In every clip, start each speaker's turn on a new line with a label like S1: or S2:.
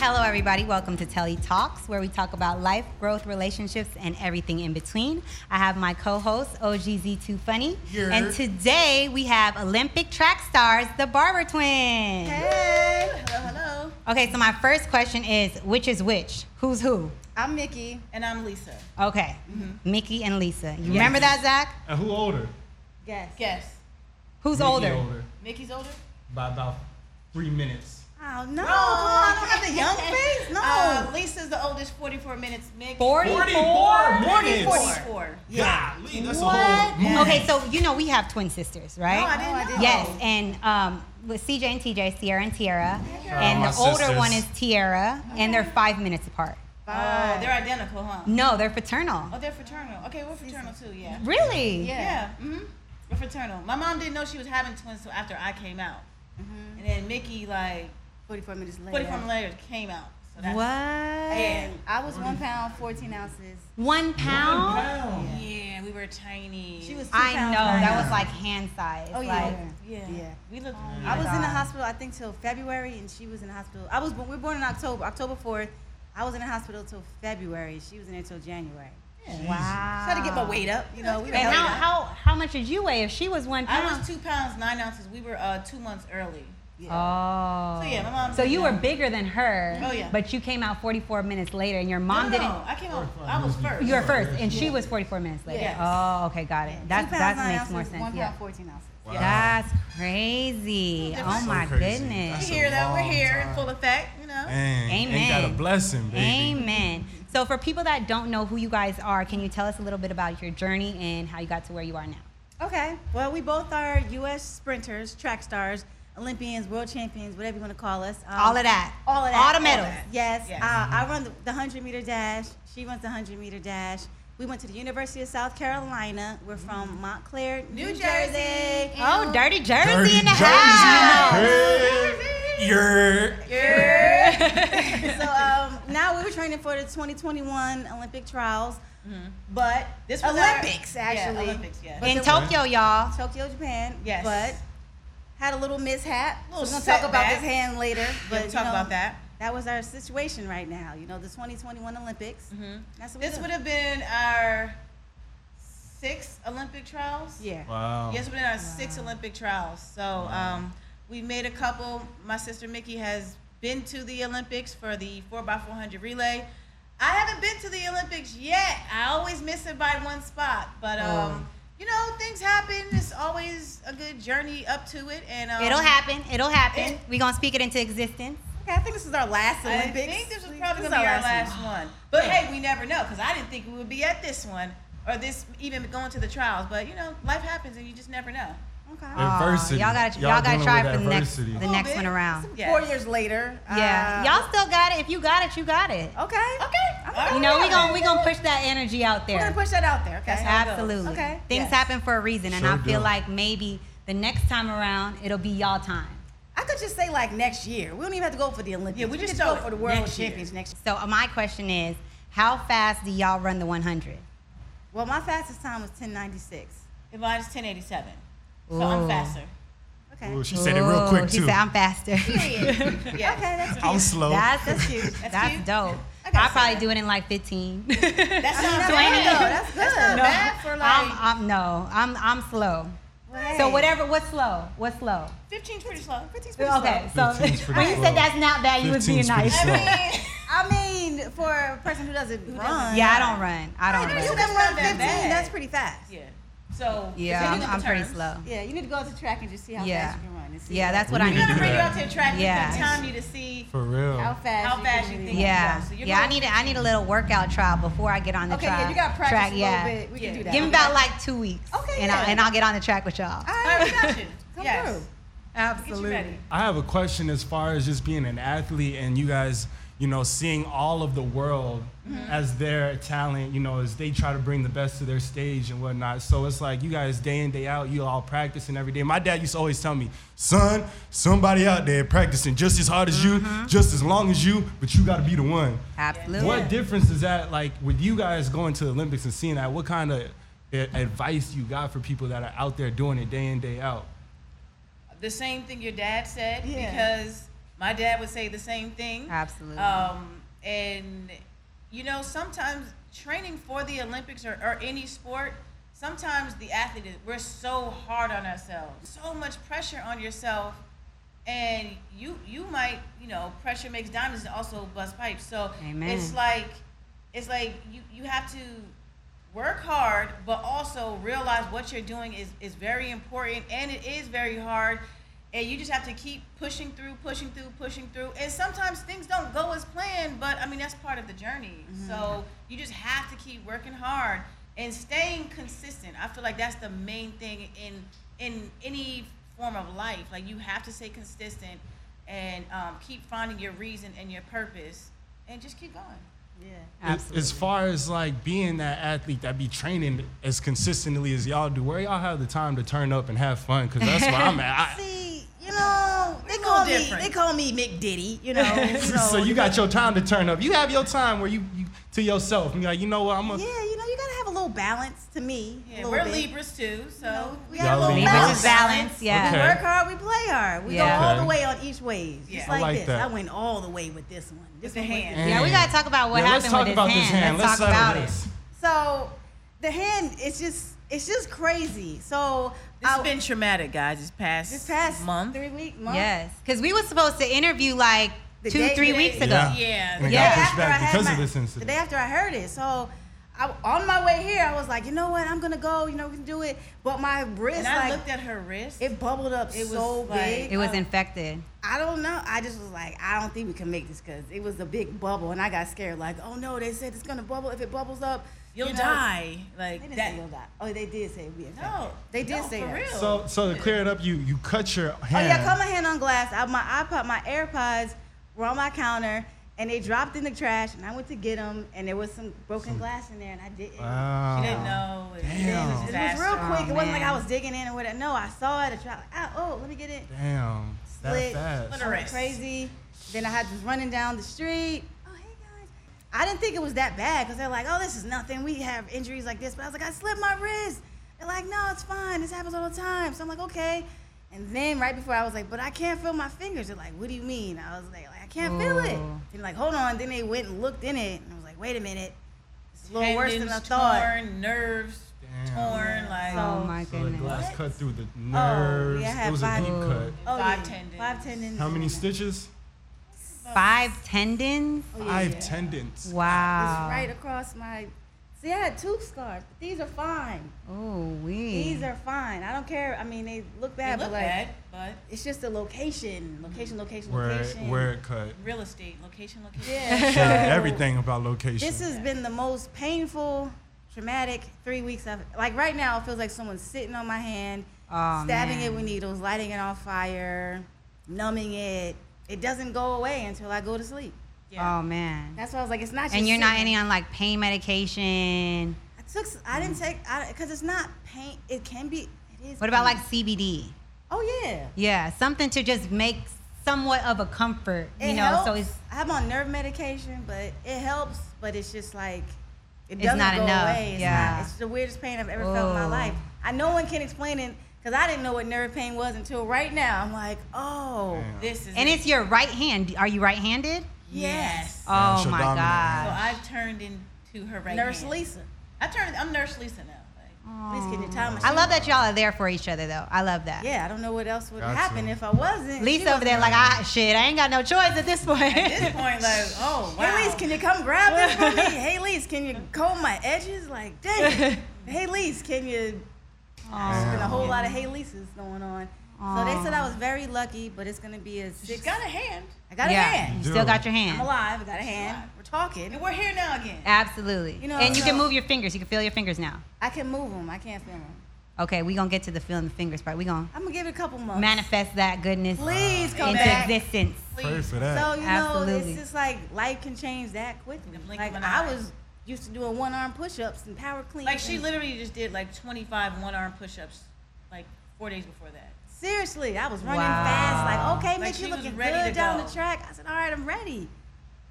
S1: Hello, everybody. Welcome to Telly Talks, where we talk about life, growth, relationships, and everything in between. I have my co host, OGZ2 Funny.
S2: Yeah.
S1: And today we have Olympic track stars, the Barber Twins.
S3: Hey, hello, hello.
S1: Okay, so my first question is which is which? Who's who?
S3: I'm Mickey and I'm Lisa.
S1: Okay, Mickey and Lisa. You remember that, Zach?
S2: And Uh, who older?
S3: Guess. Guess.
S1: Who's
S2: Mickey
S1: older?
S3: Mickey's older?
S2: by about three minutes.
S3: Oh, no. come on. I don't have the young face. No. Lisa's the oldest, 44 minutes. Mick.
S1: 44?
S2: 44 minutes. Oh,
S3: 44.
S2: Golly, that's a
S1: What?
S2: whole movie.
S1: Okay, so you know we have twin sisters, right?
S3: No, I didn't know. Oh,
S1: Yes, and um, with CJ and TJ, Sierra and Tiara,
S2: out
S1: and
S2: my
S1: the older
S2: sisters.
S1: one is Tiara, and they're five minutes apart.
S3: Oh, they're identical, huh?
S1: No, they're fraternal.
S3: Oh, they're fraternal. Okay, we're fraternal too, yeah.
S1: Really?
S3: Yeah. Mm-hmm. We're fraternal. My mom didn't know she was having twins until after I came out. And then Mickey, like,
S4: 44 minutes later.
S3: 44 minutes Mm-hmm. later, came out. So that's,
S1: What?
S3: Yeah.
S4: I was one pound, 14 ounces.
S1: One pound?
S2: Wow.
S3: Yeah, we were tiny.
S4: She was two
S1: I know
S4: pounds
S1: that
S4: lighter.
S1: was like hand size.
S4: Oh, yeah.
S1: like,
S3: Yeah. Oh,
S4: Yeah.
S3: We looked.
S4: I was in the
S1: God.
S4: hospital, I think, till February, and she was in the hospital. I was born, we were born in October, October 4th. I was in the hospital till February. She was in there till January.
S1: Wow.
S4: Try to get my weight up, you know. We
S3: Yeah,
S1: And how,
S4: held it up.
S1: how how much did you weigh if she was one pound?
S3: I was two pounds nine ounces. We were uh, two months early.
S1: Oh.
S3: So, yeah, my mom
S1: So
S3: did
S1: you were
S3: that.
S1: bigger than her.
S3: Oh, yeah.
S1: But you came out 44 minutes later, and your mom
S3: no, no,
S1: didn't.
S3: no, I came out. I was first.
S1: You were first, and she was 44 minutes later.
S3: Yes.
S1: Oh, okay, got it. That's,
S4: Two
S1: that
S4: pounds, nine
S1: makes
S4: ounces,
S1: more sense.
S4: One pound,
S1: yeah.
S4: 14 ounces.
S2: Wow.
S1: That's crazy.
S3: That's
S1: Oh
S3: so
S1: my
S2: crazy.
S3: We're
S1: goodness.
S2: That's-
S3: here though. We're
S2: long
S3: here
S2: time.
S3: in full effect. You know.
S2: Man,
S1: Amen.
S2: ain't got a blessing, baby.
S1: Amen. So, for people that don't know who you guys are, can you tell us a little bit about your journey and how you got to where you are now?
S4: Okay. Well, we both are U.S. sprinters, track stars, Olympians, world champions, whatever you want to call us. Um,
S1: All of that.
S4: All of that.
S1: All the
S4: All
S1: medals.
S3: that.
S4: Yes.
S3: Yes. Mm-hmm.
S4: Uh, I run the, the 100 meter dash. She runs the 100 meter dash. We went to the University of South Carolina. We're from Montclair,
S3: Mm-hmm. New
S4: New,
S3: Jersey.
S4: Jersey.
S1: Oh, dirty Jersey
S2: Dirty
S1: in the
S2: Jersey.
S1: house.
S2: Hey. You're
S4: so um, now we were training for the 2021 Olympic trials, but
S3: This was our-
S4: Olympics
S3: yeah,
S4: actually
S3: Olympics, yeah.
S4: But
S1: In
S4: there
S1: Tokyo, y'all.
S4: was Tokyo, Japan.
S3: Yes.
S4: But had a little mishap.
S3: Little
S4: we're gonna talk about
S3: setback.
S4: this hand later. But
S3: We'll
S4: you
S3: talk
S4: know,
S3: about that.
S4: That was our situation right now. You know, the 2021 Olympics. That's
S3: Mm-hmm.
S4: what
S3: This
S4: we
S3: would
S4: doing.
S3: have been our sixth Olympic trials.
S4: yeah.
S2: Oh. wow.
S3: Yes, we're in our six Olympic trials. So um, we made a couple. My sister Mickey has been to the Olympics for the 4x400 relay. I haven't been to the Olympics yet. I always miss it by one spot. But, um, you know, things happen. It's always a good journey up to it. And um,
S1: It'll happen. It'll happen.
S3: it-
S1: We're going to speak it into existence.
S4: Okay, I think this is our last
S3: I
S4: Olympics.
S3: think this was
S4: We-
S3: probably
S4: this
S3: going
S4: is
S3: to be our
S4: one.
S3: last one. But hey, we never know because I didn't think we would be at this one or this even going to the trials. But, you know, life happens and you just never know.
S4: Okay.
S2: Uh, Adversity.
S1: Aw, y'all gotta, y'all
S2: Y'all
S1: gotta
S2: dealing
S1: try
S2: with
S1: for the next,
S2: adversity.
S1: the
S2: Little
S1: next
S3: bit.
S1: one around.
S3: Yes.
S4: Four years later.
S1: Yeah,
S4: uh,
S1: y'all still got it. If you got it, you got it.
S4: Okay.
S3: Okay.
S1: You know, we gon' we gonna push that energy out
S4: We're gonna
S1: there.
S4: push that out there. Okay.
S3: That's how it goes.
S1: Absolutely.
S4: Okay.
S1: Things
S4: Yes.
S1: happen for a reason, and
S2: Sure
S1: I feel
S2: do.
S1: like maybe the next time around it'll be y'all time.
S4: I could just say like next year. We don't even have to go for the Olympics.
S3: Yeah, we just
S4: just
S3: throw
S4: go
S3: it
S4: for the World
S3: next year.
S4: Champions next year.
S1: So uh, my question is, how fast do y'all run the 100?
S4: Well, my fastest time was 1096.
S3: If mine's 1087. So I'm
S1: Ooh.
S3: faster.
S4: Okay.
S2: Ooh, she said it real
S1: Ooh,
S2: quick
S1: She
S2: too.
S1: said I'm faster.
S3: Yeah.
S4: Okay, that's cute.
S2: I'm slow.
S1: That's
S4: That's cute.
S1: that's, that's
S3: cute.
S1: dope.
S4: I gotta
S1: I
S4: say
S1: probably
S4: that.
S1: do it in like 15.
S3: That's not
S4: That's
S3: bad
S4: good though.
S3: though.
S4: That's good.
S3: not
S1: No,
S3: bad for like.
S1: I'm, I'm no, I'm I'm slow.
S4: Well,
S1: So
S4: hey.
S1: whatever, what's slow? What's slow?
S3: 15's pretty slow.
S4: 15's pretty
S1: Okay, so when
S2: 15
S1: you
S2: is pretty slow.
S1: said that's not bad, you was
S2: 15
S1: being
S2: is pretty
S1: nice.
S2: slow.
S3: I mean,
S4: slow. I mean, for a person who doesn't run.
S1: Yeah, I don't run. I don't
S4: You
S1: run.
S3: That's
S4: can
S3: not
S4: run
S3: that
S4: 15.
S3: bad.
S4: That's pretty fast.
S3: yeah. So.
S1: Yeah, I'm, I'm pretty slow.
S4: Yeah, you need to go out to track and just see how
S1: Yeah.
S4: fast you can run. And see
S1: Yeah, that's what
S2: We
S1: I
S2: need
S3: We're
S1: need.
S3: gonna
S2: do
S3: bring you
S2: that.
S3: out to the track.
S1: Yeah.
S3: Yeah. Time you to see
S2: For real.
S4: how fast.
S3: how fast you
S4: can
S3: think.
S4: really-
S1: Yeah,
S3: So you're
S1: yeah. I
S3: gonna-
S1: need a, I need a little workout trial before I get on the
S4: Okay,
S1: track.
S4: yeah, you got to practice
S1: track,
S4: a little
S1: yeah.
S4: bit. We
S3: Yeah.
S4: can do that.
S1: Give me about like two weeks.
S4: Okay,
S1: and I'll,
S4: yeah.
S1: and I'll get on the track with y'all.
S3: All
S4: All
S3: right, we
S4: right.
S3: got you.
S4: Come
S3: yes.
S4: through.
S3: Get you ready.
S2: I have a question as far as just being an athlete and you guys, you know, seeing all of the world as their talent, you know, as they try to bring the best to their stage and whatnot. So it's like you guys day in, day out, you all practicing every day. My dad used to always tell me, son, somebody out there practicing just as hard as you, just as long as you, but you gotta be the one.
S1: Absolutely.
S2: What difference is that like with you guys going to the Olympics and seeing that? What kind of a- advice you got for people that are out there doing it day in, day out?
S3: the same thing your dad said
S4: Yeah.
S3: because My dad would say the same thing.
S1: Absolutely.
S3: Um, and you know, sometimes training for the Olympics or, or any sport, sometimes the athlete is- we're so hard on ourselves, so much pressure on yourself, and you you might you know pressure makes diamonds and also bust pipes. So
S1: Amen.
S3: it's like it's like you you have to work hard, but also realize what you're doing is is very important and it is very hard. And you just have to keep pushing through, pushing through, pushing through. And sometimes things don't go as planned, but I mean, that's part of the journey. So you just have to keep working hard and staying consistent. I feel like that's the main thing in in any form of life. Like you have to stay consistent and um, keep finding your reason and your purpose, and just keep going.
S4: Yeah.
S2: As- As far as like being that athlete that be training as consistently as y'all do, where y'all have the time to turn up and have fun? Because that's where I'm at. I-
S4: See, you know, they
S3: We're a
S4: call
S3: little
S4: me
S3: different.
S4: they call me McDiddy, you know.
S2: so you got your time to turn up. You have your time where you, you to yourself. And you're like, you know what? I'm
S4: Yeah,
S2: gonna.
S4: you know, you gotta have a little balance to me. a
S3: Yeah,
S4: little
S3: we're
S4: bit.
S3: Libras too, so
S4: You know, we
S2: Y'all
S4: got a little
S2: Libras
S1: Balance.
S4: balance.
S1: balance, yeah.
S4: We
S2: Okay.
S4: work hard, we play hard. We
S1: Yeah.
S4: go all
S2: Okay.
S4: the way on each wave. Just
S3: Yeah. I
S4: like,
S2: like
S4: this.
S2: that.
S4: I went all the way with this one. This
S3: the
S4: one went-
S3: hand.
S1: Yeah, we gotta talk about what
S2: Yeah,
S1: happened
S2: let's talk
S1: with
S2: about
S1: his
S2: this
S1: hand.
S2: hand.
S1: Let's, talk
S2: settle
S1: about
S2: this.
S1: it.
S4: So the hand it's just it's just crazy. So
S3: this
S4: I-
S3: has been traumatic, guys. This past
S4: this past
S3: month.
S4: three week month.
S1: Yes, because we was supposed to interview like
S4: The
S1: two,
S4: day-
S1: three
S4: the
S1: weeks
S4: day-
S1: ago.
S2: Yeah.
S3: Yeah.
S2: And it
S4: The day
S1: Yeah.
S2: got pushed
S4: after I
S2: back
S4: had
S2: because
S4: my-
S2: of this
S4: The
S2: incident.
S4: day after I heard it, so I, on my way here, I was like, you know what, I'm gonna go. You know, we can do it. But my wrist,
S3: And I
S4: like,
S3: looked at her wrist.
S4: it bubbled up
S3: It was
S4: so
S3: like-
S4: big.
S1: It was
S4: I,
S1: infected.
S4: I don't know. I just was like, I don't think we can make this because it was a big bubble, and I got scared. Like, oh no, they said it's gonna bubble. If it bubbles up, you
S3: You'll
S4: know,
S3: die.
S4: They
S3: Like
S4: didn't
S3: that.
S4: say you'll die. Oh, they did say we.
S3: No,
S4: they did
S3: no,
S4: say
S3: for
S4: that.
S3: real.
S2: So, so to clear it up, you you cut your
S4: Oh
S2: hand.
S4: yeah, I caught my hand on glass. I, my iPod, my AirPods were on my counter, and they dropped in the trash. And I went to get them, and there was some broken glass in there, and I didn't.
S2: Wow.
S3: She didn't know. It-
S2: Damn.
S3: It was, a
S2: It was
S4: It was
S3: disaster.
S4: real
S1: Oh,
S4: quick. it wasn't like I
S1: man.
S4: was digging in or whatever. No, I saw it. I tried, like, ah, oh, let me get it.
S2: Damn. That
S4: Slit.
S2: fast.
S3: Slit. Interest.
S4: Crazy. Then I had was running down the street. Oh, hey guys. I didn't think it was that bad because they're like, oh, this is nothing. We have injuries like this. But I was like, I slipped my wrist. They're like, no, it's fine. This happens all the time. So I'm like, okay. And then right before I was like, but I can't feel my fingers. They're like, what do you mean? I was like, I can't feel it.
S1: Oh.
S4: And like, hold on. Then they went and looked in it, and I was like, wait a minute. It's a little worse than I
S3: Tendons
S4: thought.
S3: Torn, nerves
S2: Damn.
S3: torn. Like
S1: Oh my
S2: So the
S1: goodness.
S2: glass
S4: What?
S2: cut through
S1: Oh,
S2: the nerves.
S4: yeah, I had
S2: it was a
S4: five-
S2: deep cut.
S4: Oh,
S3: Five
S4: yeah.
S3: tendons.
S4: Five tendons.
S2: How many stitches?
S1: Five tendons.
S4: Oh, yeah,
S2: Five
S4: yeah.
S2: tendons.
S1: Wow.
S4: It's right across my. See, I had two scars, but these are fine.
S1: Oh, we.
S4: These
S2: Mm.
S4: are fine. I don't care. I mean, they look
S3: they
S4: bad,
S3: look
S4: but like
S3: bad, but
S4: it's just the location, location, location,
S2: Where it,
S4: location.
S2: where it cut.
S3: real estate, location, location.
S4: Yeah. so
S2: Yeah, everything about location.
S4: This has been the most painful, traumatic three weeks of. Like right now, it feels like someone's sitting on my hand,
S1: Aw,
S2: Oh,
S4: stabbing
S1: man.
S4: it with needles, lighting it on fire, numbing it. It doesn't go away until I go to sleep.
S3: Yeah.
S1: Oh man.
S4: That's why I was like, it's not. Just
S1: And you're not
S4: sitting.
S1: any on like pain medication.
S4: I took. s- I
S2: Mm.
S4: didn't take. Because it's not pain. It can be. It is.
S1: What about
S4: pain.
S1: like CBD?
S4: Oh yeah.
S1: Yeah, something to just make somewhat of a comfort. You
S4: It
S1: know,
S4: helps.
S1: so it's
S4: I'm on nerve medication, but it helps. But it's just like it
S1: It's
S4: doesn't
S1: not
S4: go
S1: enough.
S4: away. It's
S1: Yeah.
S4: not, it's the weirdest pain I've ever felt in my
S1: Oh.
S4: life. I no one can explain it because I didn't know what nerve pain was until right now. I'm like, oh,
S2: Damn.
S3: This is
S1: and
S3: it.
S1: it's your right hand. Are you right-handed?
S4: yes,
S2: Yeah, it's
S1: oh
S2: your
S1: my
S2: dominant
S3: So
S1: god.
S2: hand.
S3: I've turned into her right
S4: Nurse
S3: hand.
S4: Lisa. Oh.
S3: I turned. I'm Nurse Lisa now. Like,
S4: Please get your time machine.
S1: I love that y'all are there for each other though. I love that.
S4: Yeah, I don't know what else would
S2: Gotcha.
S4: happen if I wasn't. She
S1: Lisa over
S4: wasn't-
S1: there like, I shit, I ain't got no choice at this point.
S3: at this point, like, oh wow.
S4: Hey Lise, can you come grab this for me? Hey Lise, can you comb my edges? Like, dang. hey Lise, can you There's been a whole lot of hey leases going on. So they said I was very lucky, but it's gonna be a
S3: She's
S4: six.
S3: got a hand,
S4: I got
S1: yeah.
S4: a hand.
S1: You
S2: Dude.
S1: still got your hand.
S4: I'm alive. I got a hand.
S3: alive.
S4: We're talking.
S3: and we're here now again.
S1: Absolutely.
S4: You know,
S1: and you can
S4: so-
S1: move your fingers. You can feel your fingers now.
S4: I can move them. I can't feel them.
S1: Okay, we gonna get to the feeling the fingers part. We gonna
S4: I'm gonna give it a couple months.
S1: manifest that goodness
S4: Oh. Please come
S1: into
S4: back.
S1: existence.
S2: Pray
S3: Please.
S2: for that.
S4: So you know,
S1: Absolutely.
S4: it's just like life can change that quickly.
S3: The blink
S4: Like
S3: of an
S4: I
S3: eye.
S4: was used to doing one arm push ups and power cleans.
S3: Like she
S4: and-
S3: literally just did like 25 one-arm push-ups, like four days before that.
S4: Seriously, I was running
S1: Wow.
S4: fast. Like
S3: Like,
S4: okay, Mitch,
S3: she
S4: you
S3: was
S4: looking
S3: ready
S4: good
S3: to
S4: down
S3: go.
S4: the track. I said, all right, I'm ready.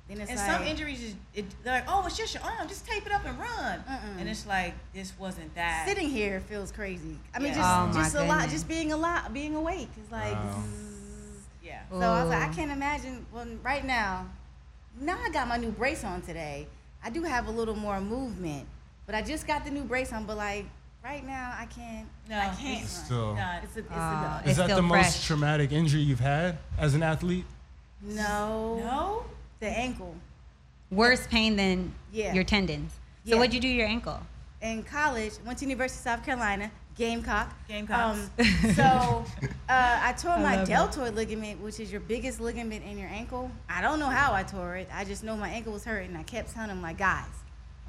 S4: Then it's
S3: And
S4: like,
S3: some injuries, is, it, they're like, oh, it's just your arm. Just tape it up and run.
S4: Mm-mm.
S3: And it's like, this wasn't that.
S4: sitting here feels crazy. I mean,
S3: Yeah.
S1: Oh,
S4: just
S1: my
S4: just a lot,
S1: goodness.
S4: just being a lot, being awake is like.
S2: Wow.
S4: zzz.
S3: Yeah.
S4: So I was like,
S1: Ooh.
S4: I can't imagine. Well, right now, now I got my new brace on today. I do have a little more movement, but I just got the new brace on. But like right now, I can't.
S3: No,
S4: I can't.
S3: it's
S4: run.
S2: Still,
S3: Not.
S4: It's a, it's
S1: Ah.
S4: a
S2: is
S1: It's
S2: that
S1: still
S2: the most
S1: fresh.
S2: traumatic injury you've had as an athlete?
S4: no,
S3: No.
S4: the ankle.
S1: Worse pain than
S4: Yeah.
S1: your tendons. So
S4: Yeah.
S1: what'd you do to your ankle?
S4: in college, went to University of South Carolina, Gamecock. Um,
S3: Gamecocks.
S4: so uh, I tore my
S1: love it.
S4: deltoid ligament, which is your biggest ligament in your ankle. I don't know how I tore it. I just know my ankle was hurt, and I kept telling them, like, guys,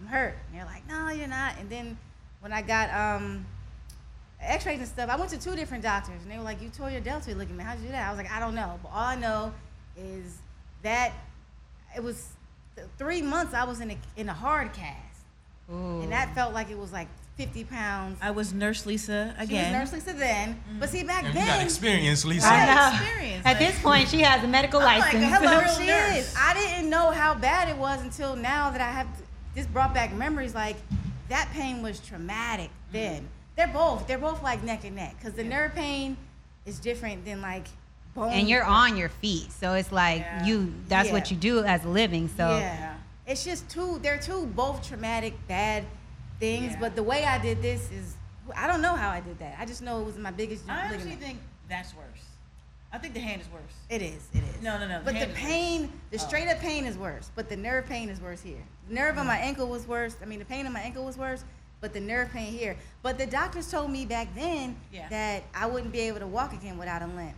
S4: I'm hurt. And they're like, no, you're not. And then when I got um, x-rays and stuff, I went to two different doctors, and they were like, you tore your deltoid ligament. How'd you do that? I was like, I don't know. But all I know is that it was th- three months I was in a, in a hard cast.
S1: Ooh.
S4: And that felt like it was like 50 pounds.
S3: I was Nurse Lisa
S4: She was
S3: again. Mm-hmm.
S4: Nurse Lisa then. But see, back
S2: And you got
S4: then,
S2: experience, Lisa.
S1: I
S3: Right.
S1: know.
S3: experience,
S1: At
S3: like-
S1: this point, she has a medical
S4: I'm like,
S1: license.
S4: hello,
S3: Real
S4: she
S3: nurse.
S4: is. I didn't know how bad it was until now that I have this brought back memories. Like, that pain was traumatic
S3: Mm-hmm.
S4: then. They're both, they're both like neck and neck because the nerve pain is different than like bone.
S1: and you're on your feet, so it's like
S3: Yeah.
S1: you. That's what
S4: Yeah.
S1: you do as a living. So
S4: yeah. It's just two, they're two both traumatic, bad things.
S3: Yeah.
S4: But the way I did this is, I don't know how I did that. I just know it was my biggest
S3: I
S4: ligament.
S3: actually think that's worse. I think the hand is worse.
S4: It is. It is.
S3: No, no, no, the
S4: But the
S3: hand is worse.
S4: pain, the
S3: Oh.
S4: straight up pain is worse. But the nerve pain is worse here. The nerve
S3: Mm.
S4: on my ankle was worse. I mean, the pain on my ankle was worse. But the nerve pain here. But the doctors told me back then
S3: Yeah.
S4: that I wouldn't be able to walk again without a limp.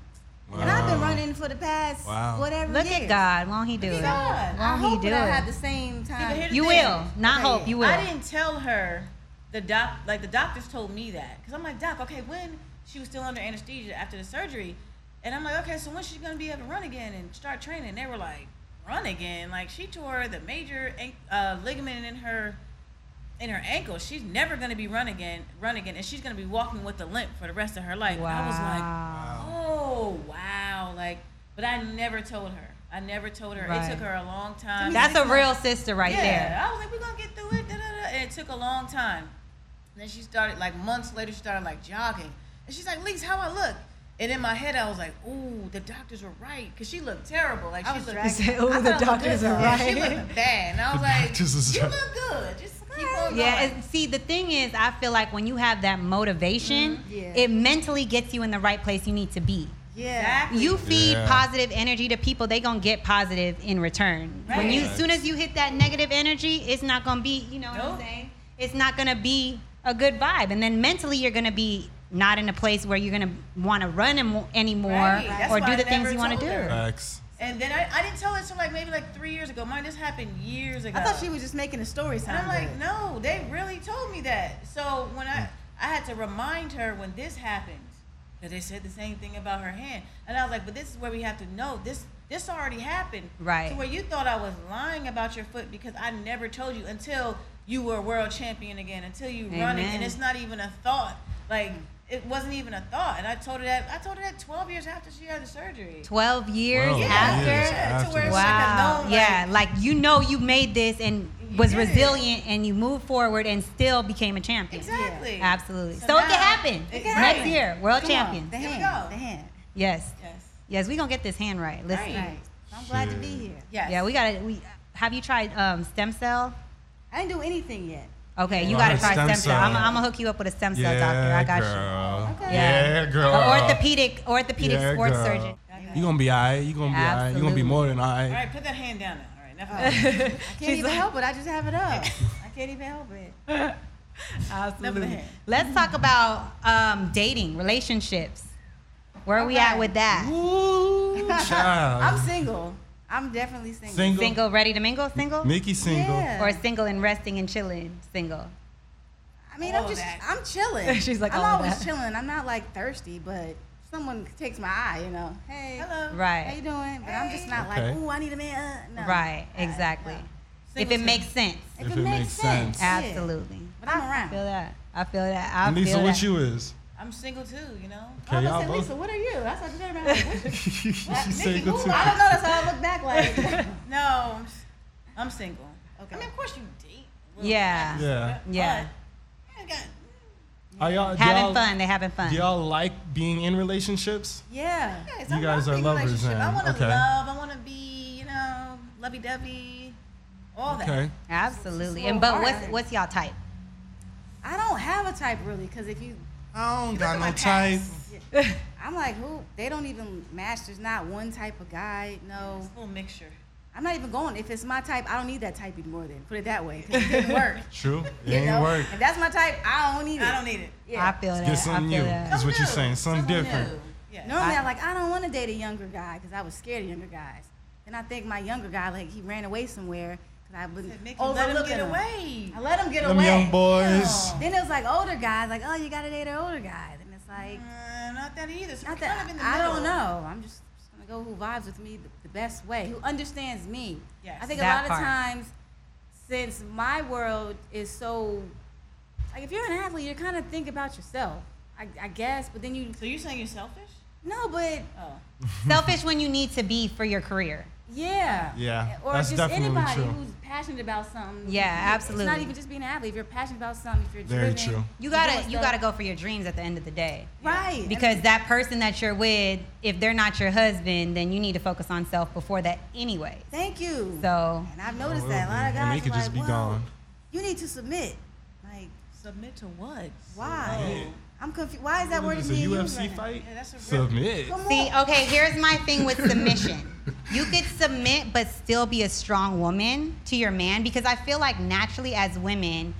S4: And I've been running for the past
S2: Wow.
S4: whatever.
S1: look
S4: years.
S1: at God. Won't He do
S4: So
S1: it?
S3: God.
S4: I
S1: Won't He
S4: hope
S1: do
S4: that I have
S1: it?
S4: the same time.
S3: here's the
S1: Uh, You
S3: thing.
S1: will. Not
S4: Okay.
S1: hope. You will.
S3: I didn't tell her the doc like the doctors told me that because I'm like doc okay when she was still under anesthesia after the surgery and I'm like okay so when's she gonna be able to run again and start training they were like run again like she tore the major an- uh, ligament in her in her ankle she's never gonna be run again run again and she's gonna be walking with a limp for the rest of her life and I was like oh wow like but I never told her I never told her
S1: Right.
S3: it took her a long time
S1: That's a real sister right
S3: yeah,
S1: there.
S3: I was like, we're gonna get through it. Da, da, da. And it took a long time. And then she started like months later, she started like jogging. And she's like, Lise, how I look? And in my head, I was like, ooh, the doctors were right. Cause she looked terrible. Like
S4: I
S3: she
S4: was
S3: looked
S4: dragging.
S1: said,
S4: I
S1: "Ooh,
S4: thought
S1: the
S4: I looked
S1: doctors
S4: good.
S1: are
S4: Yeah,
S1: right."
S4: She looked
S3: bad. And I was
S2: The
S3: like,
S2: doctors is
S3: you
S2: right."
S3: look good. Just keep on
S1: Yeah,
S3: going.
S1: and see, the thing is, I feel like when you have that motivation,
S4: Mm-hmm. Yeah.
S1: it mentally gets you in the right place you need to be.
S4: Yeah.
S1: You feed
S2: Yeah.
S1: positive energy to people, they gonna get positive in return. When you, as
S2: Right.
S1: soon as you hit that negative energy, it's not gonna be, you know what I'm
S3: Nope.
S1: saying? It's not gonna be a good vibe, and then mentally you're gonna be not in a place where you're gonna want to run amo- anymore
S3: Right, that's
S1: or
S3: why
S1: do
S3: I
S1: the things
S3: never
S1: you want to
S3: told
S1: do.
S3: her.
S2: Facts.
S3: And then I, I didn't tell her until like maybe like three years ago. Mine, this happened years ago.
S4: I thought she was just making a story
S3: And
S4: sound
S3: I'm like,
S4: good.
S3: no, they really told me that. So when I I had to remind her when this happened that they said the same thing about her hand, and I was like, but this is where we have to know this. This already happened.
S1: Right.
S3: To where you thought I was lying about your foot because I never told you until you were world champion again, until you running,
S1: Amen.
S3: and it's not even a thought. Like it wasn't even a thought. And I told her that. I told her that 12 years after she had the surgery.
S1: 12 years
S2: Wow.
S1: after.
S2: years
S3: Yeah, to where
S2: after.
S3: it's
S1: Wow.
S3: like a known,
S1: yeah.
S3: like-
S1: Like you know, you made this and
S3: You
S1: was
S3: did it.
S1: resilient, and you moved forward and still became a champion.
S3: Exactly.
S1: Absolutely. So,
S3: So
S1: it can
S3: now-
S1: happen.
S3: It can
S1: Next
S3: happen.
S1: year, world
S4: Come on,
S1: champion.
S4: The
S3: There we
S4: hand.
S3: go.
S4: The hand.
S1: Yes.
S3: Yes.
S1: Yes. We gonna get this hand right. Listen.
S3: Right.
S4: Right. I'm glad to be
S2: Shit.
S4: here.
S3: Yes.
S1: Yeah. We gotta. We have you tried um, stem cell?
S4: I didn't do anything yet.
S1: Okay. You
S2: Wow.
S1: gotta try
S2: Stem
S1: stem, cell.
S2: cell.
S1: I'm, I'm gonna hook you up with a stem cell doctor. I got
S2: girl.
S4: Okay.
S1: Yeah.
S2: Yeah,
S1: you.
S2: girl.
S1: An orthopedic orthopedic
S2: Yeah,
S1: sports
S2: girl.
S1: surgeon.
S2: You gonna be alright. You gonna be alright. You gonna
S1: Absolutely.
S2: be more than alright.
S3: All right, put that hand down. now. All right,
S1: Oh.
S3: enough of that.
S4: I can't
S1: She's
S4: even
S1: like-
S4: help it. I just have it up. I can't even help it.
S1: Absolutely.
S3: Never had.
S1: Let's talk about um, dating, relationships. Where are we at
S4: Alright.
S1: with that?
S2: Ooh, child.
S4: I'm single. I'm definitely single.
S2: single.
S1: Single, ready to mingle, single?
S2: Mickey single.
S4: Yeah.
S1: Or single and resting and chilling, single.
S4: I mean,
S3: All
S4: I'm
S3: of
S4: just,
S3: that.
S4: I'm chilling.
S1: She's like,
S4: I'm
S1: all of
S4: always
S1: that.
S4: chilling. I'm not like thirsty, but someone takes my eye, you know. Hey,
S3: Hello.
S4: how you
S1: Right.
S4: doing? But I'm just not
S2: Okay.
S4: like, ooh, I need a man. Uh, no.
S1: Right, exactly. If
S3: Single,
S1: it
S3: single.
S1: makes sense.
S4: If, it, makes sense. yeah.
S1: Absolutely.
S4: But I'm
S1: I feel
S4: around.
S1: that. I feel that. I
S2: And
S1: feel
S2: Lisa,
S1: that.
S2: what you is?
S3: I'm single too, you know.
S2: Okay,
S4: I
S2: y'all
S4: said, Lisa,
S2: both.
S4: what are you? I said, "You're around." What-
S2: She's
S3: Nikki,
S2: single
S3: who
S2: too.
S4: I don't know. That's how I look back like.
S3: No, I'm, s- I'm single.
S4: Okay.
S3: I mean, of course you date.
S1: Yeah.
S2: Yeah.
S1: Yeah.
S3: But, I got,
S2: Are y'all do
S1: Having
S2: y'all-
S1: fun. They having fun.
S2: Do y'all like being in relationships?
S4: Yeah.
S3: Guys,
S2: You
S3: I
S2: guys
S3: love
S2: are
S3: being in a
S2: lovers
S3: relationship.
S2: then.
S3: I want to
S2: Okay.
S3: love. I want to be, you know, lovey dovey, all that.
S2: Okay.
S1: Absolutely.
S4: It's
S1: And
S4: so
S1: but what's
S4: hard.
S1: what's y'all type?
S4: I don't have a type really, because if you
S2: I don't
S4: Look
S2: got
S4: at
S2: no
S4: my
S2: type.
S4: past. I'm like, who? They don't even match. There's not one type of guy. No,
S3: It's a little mixture.
S4: I'm not even going. If it's my type, I don't need that type anymore. Then put it that way, 'cause it didn't work.
S2: True. It
S4: you
S2: ain't
S4: know?
S2: work.
S4: If that's my type, I don't need it.
S3: I don't need it.
S4: Yeah.
S1: I feel that.
S2: Get
S1: I feel
S2: something new.
S1: that.
S2: That's what you're
S3: new.
S2: saying, something different.
S3: new. Yeah.
S4: Normally, I, am like I don't want to date a younger guy because I was scared of younger guys. Then I think my younger guy, like he ran away somewhere because I was
S3: Said, Mickey, let him
S4: overlooking
S3: get
S4: him.
S3: away.
S4: I let him get
S2: Them
S4: away.
S2: young boys.
S3: Yeah.
S4: Then it was like older guys, like oh, you gotta date an older guy. Then it's like.
S3: Uh, not that either. So
S4: Not
S3: we're kind
S4: that
S3: of in the
S4: I
S3: middle.
S4: don't know. I'm just, just gonna go who vibes with me the, the best way, who understands me.
S3: Yes.
S4: I think
S1: That
S4: a lot
S1: part.
S4: of times, since my world is so, like if you're an athlete, you kind of think about yourself, I, I guess. But then you
S3: So you're saying you're selfish?
S4: no, but
S3: Oh.
S1: Selfish when you need to be for your career.
S4: yeah, Eh,
S2: Yeah,
S4: or
S2: that's
S4: just
S2: definitely
S4: anybody
S2: true.
S4: who's passionate about something.
S1: Yeah,
S4: It's not
S1: absolutely.
S4: even just being an athlete. If you're passionate about something, if you're
S2: Very
S4: driven,
S2: true.
S1: You
S4: doing
S1: gotta you
S4: stuff-
S1: gotta go for your dreams at the end of the day.
S4: right And
S1: Because that person that you're with, if they're not your husband, then you need to focus on self before that anyway.
S4: Thank you.
S1: So
S4: and I've noticed that a lot of guys
S2: Mm-hmm. And they
S4: are
S2: could just
S4: like,
S2: be
S4: "Well,
S2: gone.
S4: You need to submit. Like,
S3: Submit to what?
S4: why?
S2: Yeah.
S4: I'm confused. Why is that word
S2: It's
S4: in
S2: a
S4: me? and you
S2: UFC
S4: right now?
S2: fight.
S3: Yeah, that's a real-
S2: Submit.
S4: Come
S1: See,
S4: on.
S1: okay, here's my thing with submission. You could submit but still be a strong woman to your man because I feel like naturally as women,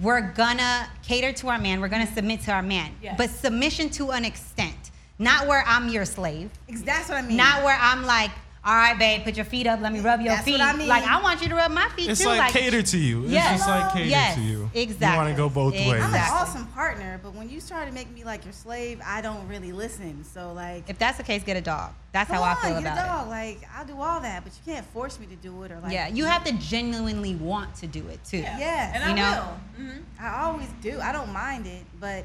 S1: we're gonna cater to our man, we're gonna submit to our man.
S3: Yes.
S1: But submission to an extent, not where I'm your slave,
S4: Ex- That's what I mean.
S1: not where I'm like, all right, babe, put your feet up, let me rub your
S4: That's
S1: feet.
S4: what I mean.
S1: Like, I want you to rub my feet
S2: It's
S1: too.
S2: like, cater to you. It's
S1: Yes.
S2: just like cater
S1: Yes,
S2: to you. You want
S1: exactly.
S2: to go both
S4: I'm
S2: ways.
S1: Exactly.
S4: an awesome partner, but when you try to make me like your slave, I don't really listen. So like,
S1: If that's the case, get a dog. That's
S4: come
S1: how
S4: on,
S1: I feel
S4: get
S1: about
S4: a
S1: it.
S4: dog. Like, I'll do all that, but you can't force me to do it or like.
S1: yeah, you have to genuinely want to do it too.
S3: Yeah.
S4: Yes.
S3: And I
S1: You know?
S3: will. Mm-hmm.
S4: I always do. I don't mind it, but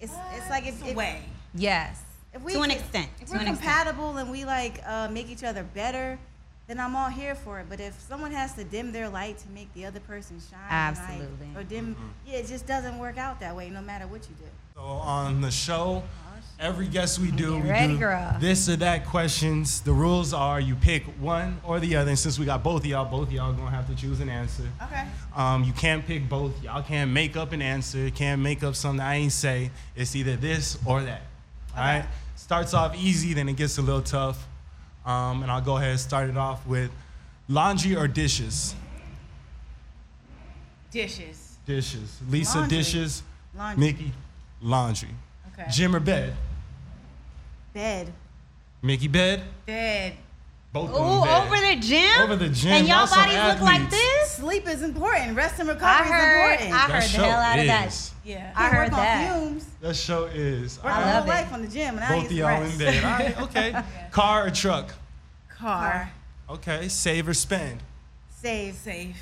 S4: it's it's like if,
S3: it's a
S4: if
S3: way.
S1: Yes.
S4: if we
S1: to an
S4: could-
S1: extent.
S4: if
S1: to
S4: we're
S1: an extent.
S4: compatible and we like uh, make each other better, then I'm all here for it. But if someone has to dim their light to make the other person shine, like,
S1: Absolutely.
S4: or dim,
S2: Mm-hmm.
S4: yeah, it just doesn't work out that way. No matter what you do.
S2: So on the show, every guest we do,
S1: Get
S2: we
S1: ready,
S2: do
S1: girl.
S2: this or that questions. The rules are you pick one or the other. And since we got both of y'all, both of y'all gonna have to choose an answer.
S3: Okay.
S2: Um, you can't pick both. Y'all can't make up an answer. Can't make up something I ain't say. It's either this or that. All right. Starts off easy, then it gets a little tough. Um, and I'll go ahead and start it off with laundry or dishes.
S3: Dishes.
S2: Dishes. Lisa
S4: Laundry.
S2: dishes.
S4: Laundry.
S2: Mickey laundry.
S3: Okay.
S2: Gym or bed.
S4: Bed.
S2: Mickey bed.
S3: Bed.
S2: Both of them
S1: Ooh,
S2: bed.
S1: over the gym?
S2: Over the gym,
S1: And
S2: y'all
S1: y'all
S2: some
S1: bodies look like
S2: athletes.
S1: this?
S4: Sleep is important. Rest and
S1: I
S4: recovery
S1: heard,
S4: is important.
S1: I heard the hell out of that.
S2: is.
S3: Yeah.
S1: I
S4: Can't
S1: heard
S4: work on
S1: that.
S4: Fumes.
S2: That show is.
S4: Work
S2: All
S4: my
S2: right.
S1: love
S4: whole
S1: it.
S4: life on the gym, and I
S2: Both
S4: ain't
S2: of y'all in
S4: rest.
S2: bed. All right, okay. Car or truck?
S3: Car.
S2: Okay. Save or spend?
S4: Save
S3: Safe.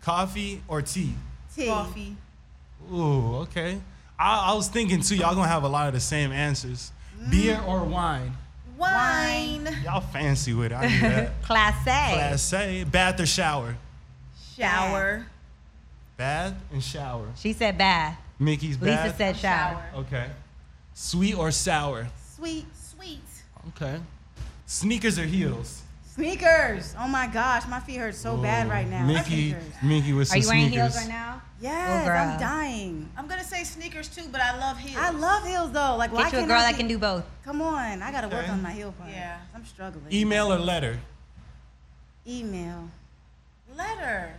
S2: Coffee or tea?
S4: tea.
S3: Coffee.
S2: Ooh, okay. I, I was thinking too, y'all gonna have a lot of the same answers. Beer or wine?
S3: Wine.
S2: Y'all fancy with it. I knew that.
S1: Class A.
S2: Class say bath or shower?
S3: Shower.
S2: Bath and shower.
S1: She said bath.
S2: Mickey's
S1: Lisa
S2: bath.
S1: said shower.
S2: Okay. Sweet or sour?
S4: Sweet
S3: Sweet.
S2: Okay. Sneakers or heels?
S4: sneakers. Oh my gosh, my feet hurt so bad
S2: Ooh,
S4: right now.
S2: Mickey,
S4: Sneakers.
S2: Mickey with some
S1: Are you wearing
S2: sneakers.
S1: heels right now?
S4: Yes,
S1: Oh, girl.
S4: I'm dying.
S3: I'm gonna say sneakers too, but I love heels.
S4: I love heels though. Like, why
S1: Get you a
S4: can't
S1: girl
S4: I
S1: that
S4: keep-
S1: can do both.
S4: Come on, I gotta work
S2: Okay.
S4: on my heel part.
S3: Yeah.
S4: I'm struggling.
S2: Email or letter?
S4: Email.
S3: letter.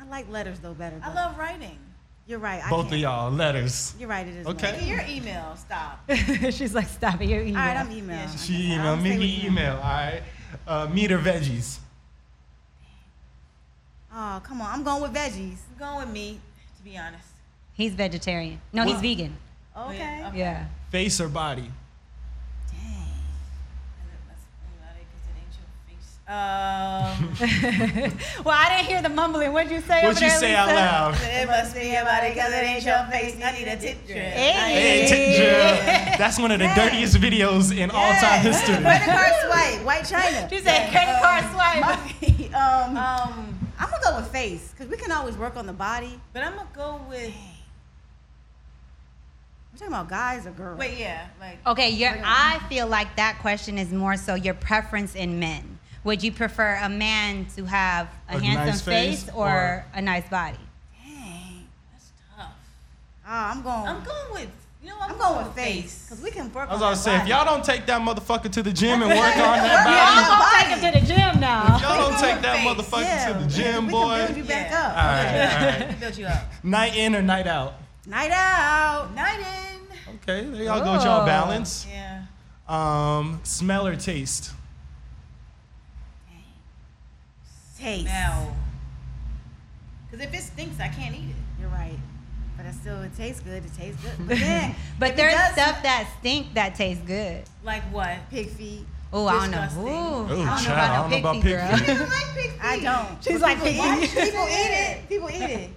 S4: I like letters though better.
S3: I
S4: but
S3: love writing.
S4: You're right. I
S2: Both
S4: can't.
S2: of y'all, letters.
S4: You're right. It is.
S2: Okay.
S4: letters.
S3: Look at your email. Stop.
S1: She's like, stop it. You're eating.
S4: All right, I'm email.
S3: Yeah,
S2: She
S4: Okay, I'll
S2: emailed
S4: stay with
S2: Mickey email, all right? Uh, meat or veggies?
S4: Oh, come on. I'm going with veggies.
S3: I'm going with me, to be honest.
S1: he's vegetarian. No, he's vegan.
S4: Okay.
S3: Yeah.
S1: Yeah.
S2: Face or body?
S4: Dang.
S3: And then that's- I'm glad it- 'cause it ain't your face. Um,
S1: well, I didn't hear the mumbling. What'd you say?
S2: What'd you say out loud?
S3: it must be your body because it ain't your face. I need a tip drip.
S2: Hey, t- Jill, That's one of the dirtiest videos in all time history.
S4: Credit card swipe. White China.
S1: She said credit card
S4: My
S1: swipe.
S4: feet. Um,
S3: Um,
S4: I'm gonna go with face because we can always work on the body.
S3: but I'm gonna go with
S4: We're talking about guys or girls.
S3: Wait, yeah, like
S1: Okay, your I feel like that question is more so your preference in men. Would you prefer a man to have a,
S2: A
S1: handsome
S2: nice
S1: face,
S2: face
S1: or,
S2: or-
S1: a nice body?
S4: Dang.
S3: that's tough.
S4: Oh, I'm going.
S3: I'm going with you know what?
S4: I'm going with face because we can work.
S2: I was
S4: on
S2: about to
S4: that
S2: say, if
S4: body.
S2: y'all don't take that motherfucker to the gym and work on that body,
S4: Yeah.
S5: I'm gonna take him to the gym now.
S2: y'all don't
S3: Work on
S2: take that
S3: your face,
S2: motherfucker
S4: yeah.
S2: to the gym,
S4: we
S2: boy.
S4: can build you back
S3: Yeah.
S4: up.
S2: All right, all right.
S3: We build you up.
S2: Night in or night out.
S4: Night out.
S3: Night in.
S2: Okay, there y'all go with y'all
S4: Oh.
S2: balance.
S3: Yeah.
S2: Um, smell or taste?
S4: Taste.
S3: Now, because if it stinks, I can't eat it.
S4: You're right. But it still it tastes good. It tastes good. But then,
S1: But
S4: if it
S1: there's
S4: does
S1: stuff that stink that tastes good.
S3: Like what?
S4: pig feet.
S1: Oh, I don't
S3: Disgusting.
S1: know. Ooh,
S2: Ooh,
S1: I don't know
S2: child,
S1: about no
S2: I don't
S1: pig
S2: know about
S1: feet,
S2: pig
S1: girl.
S2: feet.
S3: I don't like pig feet.
S4: I don't.
S5: She's
S4: But
S5: like,
S4: people,
S5: "Pig
S4: eat-
S5: feet."
S4: people eat it. People eat it.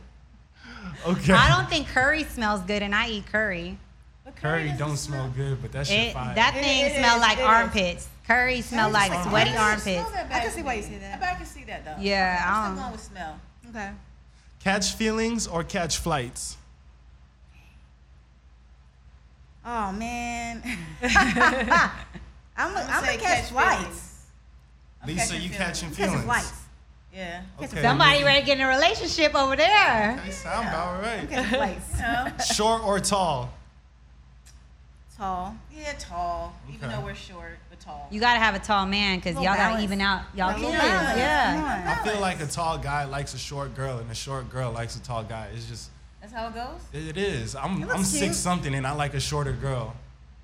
S2: Okay.
S1: I don't think curry smells good, and I eat curry.
S3: But
S2: Curry
S3: doesn't
S2: don't smell good, but that shit
S1: It-
S2: fire.
S1: that
S4: It-
S1: thing
S4: it
S1: smell
S4: is,
S1: like
S4: it is.
S1: armpits. Curry smell like
S2: smell-
S1: sweaty
S2: Curry
S3: doesn't
S1: armpits.
S3: smell that
S4: I
S3: bad
S4: can see
S3: to
S4: why you
S3: me.
S4: say that. um,
S3: I- But I can see that though.
S1: Yeah, I
S3: I'm
S1: don't-
S3: still going with smell.
S4: Okay.
S2: catch feelings or catch flights?
S4: Oh man. I'm
S3: I'ma
S4: gonna
S3: say
S4: catch, catch whites.
S3: feelings. I'm
S2: Lisa, you
S3: feelings.
S2: catching
S4: Catch
S2: feelings?
S4: whites.
S3: Yeah.
S2: Okay.
S1: Somebody ready to get in a relationship over there.
S2: Okay, sound about right.
S4: Catch whites.
S3: You know?
S2: Short or tall?
S4: Tall.
S3: yeah, tall. Even
S2: Okay.
S3: though we're short, but tall.
S1: You gotta have a tall man because y'all
S4: Little
S1: gotta
S4: balance.
S1: even out y'all
S4: Little
S1: kids.
S4: balance.
S1: Yeah.
S4: Come on.
S2: I feel like a tall guy likes a short girl, and a short girl likes a tall guy. It's just,
S3: That's how it goes.
S2: it is. I'm,
S4: looks
S2: I'm
S4: cute.
S2: six something, and I like a shorter girl.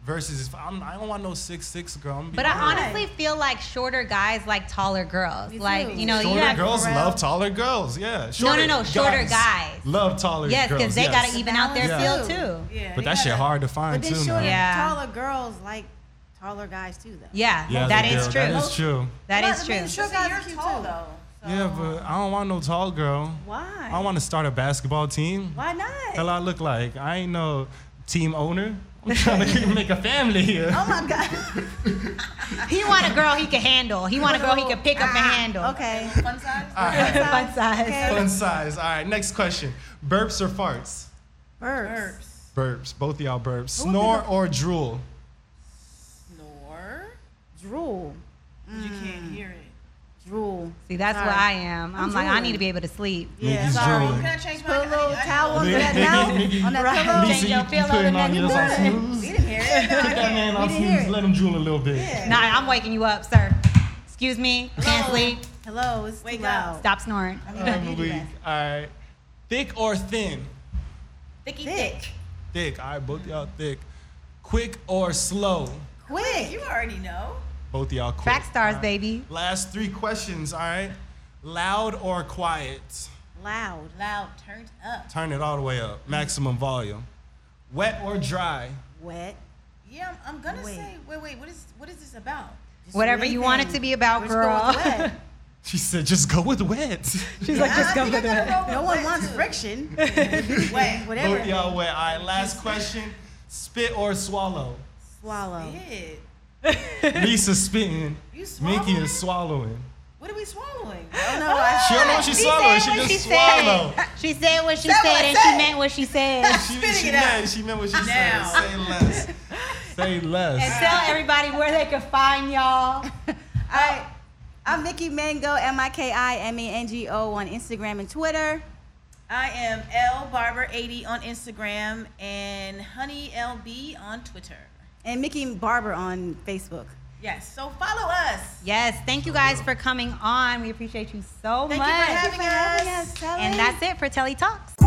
S2: Versus, if I'm, I don't want no six six girl. I'm gonna be
S1: But I
S2: real.
S1: honestly feel like shorter guys like taller girls.
S4: Me
S1: Like
S4: too.
S1: you know, you
S2: shorter
S1: have
S2: girls
S4: around-
S2: love taller girls. Yeah. Shorter
S1: no, shorter guys.
S2: love taller
S1: yes,
S2: girls.
S1: because they
S2: yes.
S1: gotta even out their
S2: Yeah.
S1: field too.
S3: Yeah.
S2: But
S3: they
S2: that shit
S3: gotta-
S2: hard to find
S4: But then
S2: too.
S4: shorter,
S2: now.
S1: Yeah.
S4: taller girls like taller guys too, though.
S1: Yeah,
S2: Yeah,
S1: that
S2: they
S1: is
S2: do.
S1: true.
S2: That is true.
S1: That
S4: Well,
S1: is
S4: I mean,
S1: true.
S4: sure-
S3: So
S4: Guys are
S3: you're
S4: cute,
S3: tall
S4: too.
S3: though. So.
S2: Yeah, but I don't want no tall girl.
S4: Why?
S2: I want to start a basketball team.
S4: Why not?
S2: Hell, I look like I ain't no team owner. I'm trying to make a family here.
S4: Oh my god.
S1: He want a girl he can handle. He want a girl he can pick up and handle.
S4: Ah, okay.
S3: Fun size.
S2: All right,
S1: Fun size.
S2: fun size. All right, next question: burps or farts?
S4: Birds.
S3: Burps.
S2: Burps. Both of y'all burps. Snore or drool?
S3: Snore.
S4: Drool.
S3: You
S4: Mm.
S3: can't hear it.
S4: Drool.
S1: See, that's
S4: Sorry.
S1: where I am. I'm,
S4: I'm
S1: like, I
S4: drooling.
S1: need to be able to sleep.
S4: Yeah.
S2: Niggas
S4: Sorry.
S2: drooling.
S3: Can I change
S4: Put
S3: my
S4: a little towel
S3: I,
S4: under
S2: Nigga,
S4: that now.
S2: nigga,
S4: On
S1: Right.
S4: that pillow.
S1: Change your
S2: you
S1: pillow to
S2: putting all
S1: nothing
S2: yours on
S1: but-
S2: snooze?
S3: I, I didn't hear it.
S2: Put that man on
S4: didn't hear
S2: snooze.
S4: it.
S2: Let him drool a little bit.
S1: Nah, I'm waking you up, sir. Excuse me. Can't sleep.
S4: Hello, it's
S3: Wake
S4: too loud.
S1: Stop snoring.
S4: I mean,
S2: I'm
S4: you do
S2: weak.
S4: that.
S2: All right. Thick or thin?
S3: Thicky thick.
S4: Thick.
S2: Thick. All right, both of y'all thick. Quick or slow?
S4: Quick.
S3: You already know.
S2: Both of y'all quick.
S1: Track stars,
S2: All right.
S1: baby.
S2: Last three questions, all right? Loud or quiet?
S4: Loud.
S3: Loud, turned up.
S2: Turn it all the way up, maximum volume. Wet or dry?
S4: Wet.
S3: Yeah, I'm, I'm gonna
S4: Wait.
S3: say. Wait, wait. What is what is this about?
S4: Just
S1: Whatever you want it
S4: anything.
S1: to be about,
S4: We're just going with
S1: girl.
S4: wet.
S2: She said, just go with wet.
S5: She's like, just go
S3: I
S5: to
S3: think I'm gonna
S5: the
S3: roll with
S4: No one
S3: wet,
S4: wants
S3: too.
S4: friction.
S3: Wet.
S4: Whatever.
S2: Both y'all wet. All right, last question. Spit or swallow?
S4: Swallow.
S3: Shit.
S2: Lisa spitting.
S3: You
S2: Mickey
S3: swallowing?
S2: is swallowing.
S3: What are we swallowing?
S4: I don't know. I,
S2: She don't know what she's swallowing. She just swallowed.
S1: said. She said what she
S3: Said what
S1: said,
S3: I
S1: and
S3: said.
S1: she meant what she said.
S2: She,
S3: Spitting
S2: she
S3: it
S2: meant, she meant what she said.
S3: Now.
S2: Say less. Say
S1: and
S2: less.
S1: tell everybody where they can find y'all.
S4: I, I'm Mickey Mango, M I K I M E N G O on Instagram and Twitter.
S3: I am L Barber eighty on Instagram and Honey LB on Twitter.
S4: And Mickey Barber on Facebook.
S3: Yes. So follow us.
S1: Yes, thank you guys for coming on. We appreciate you so
S3: Thank
S1: much.
S3: you for having
S4: Thank you for having
S3: us.
S4: us, Telly.
S1: and that's it for Telly Talks.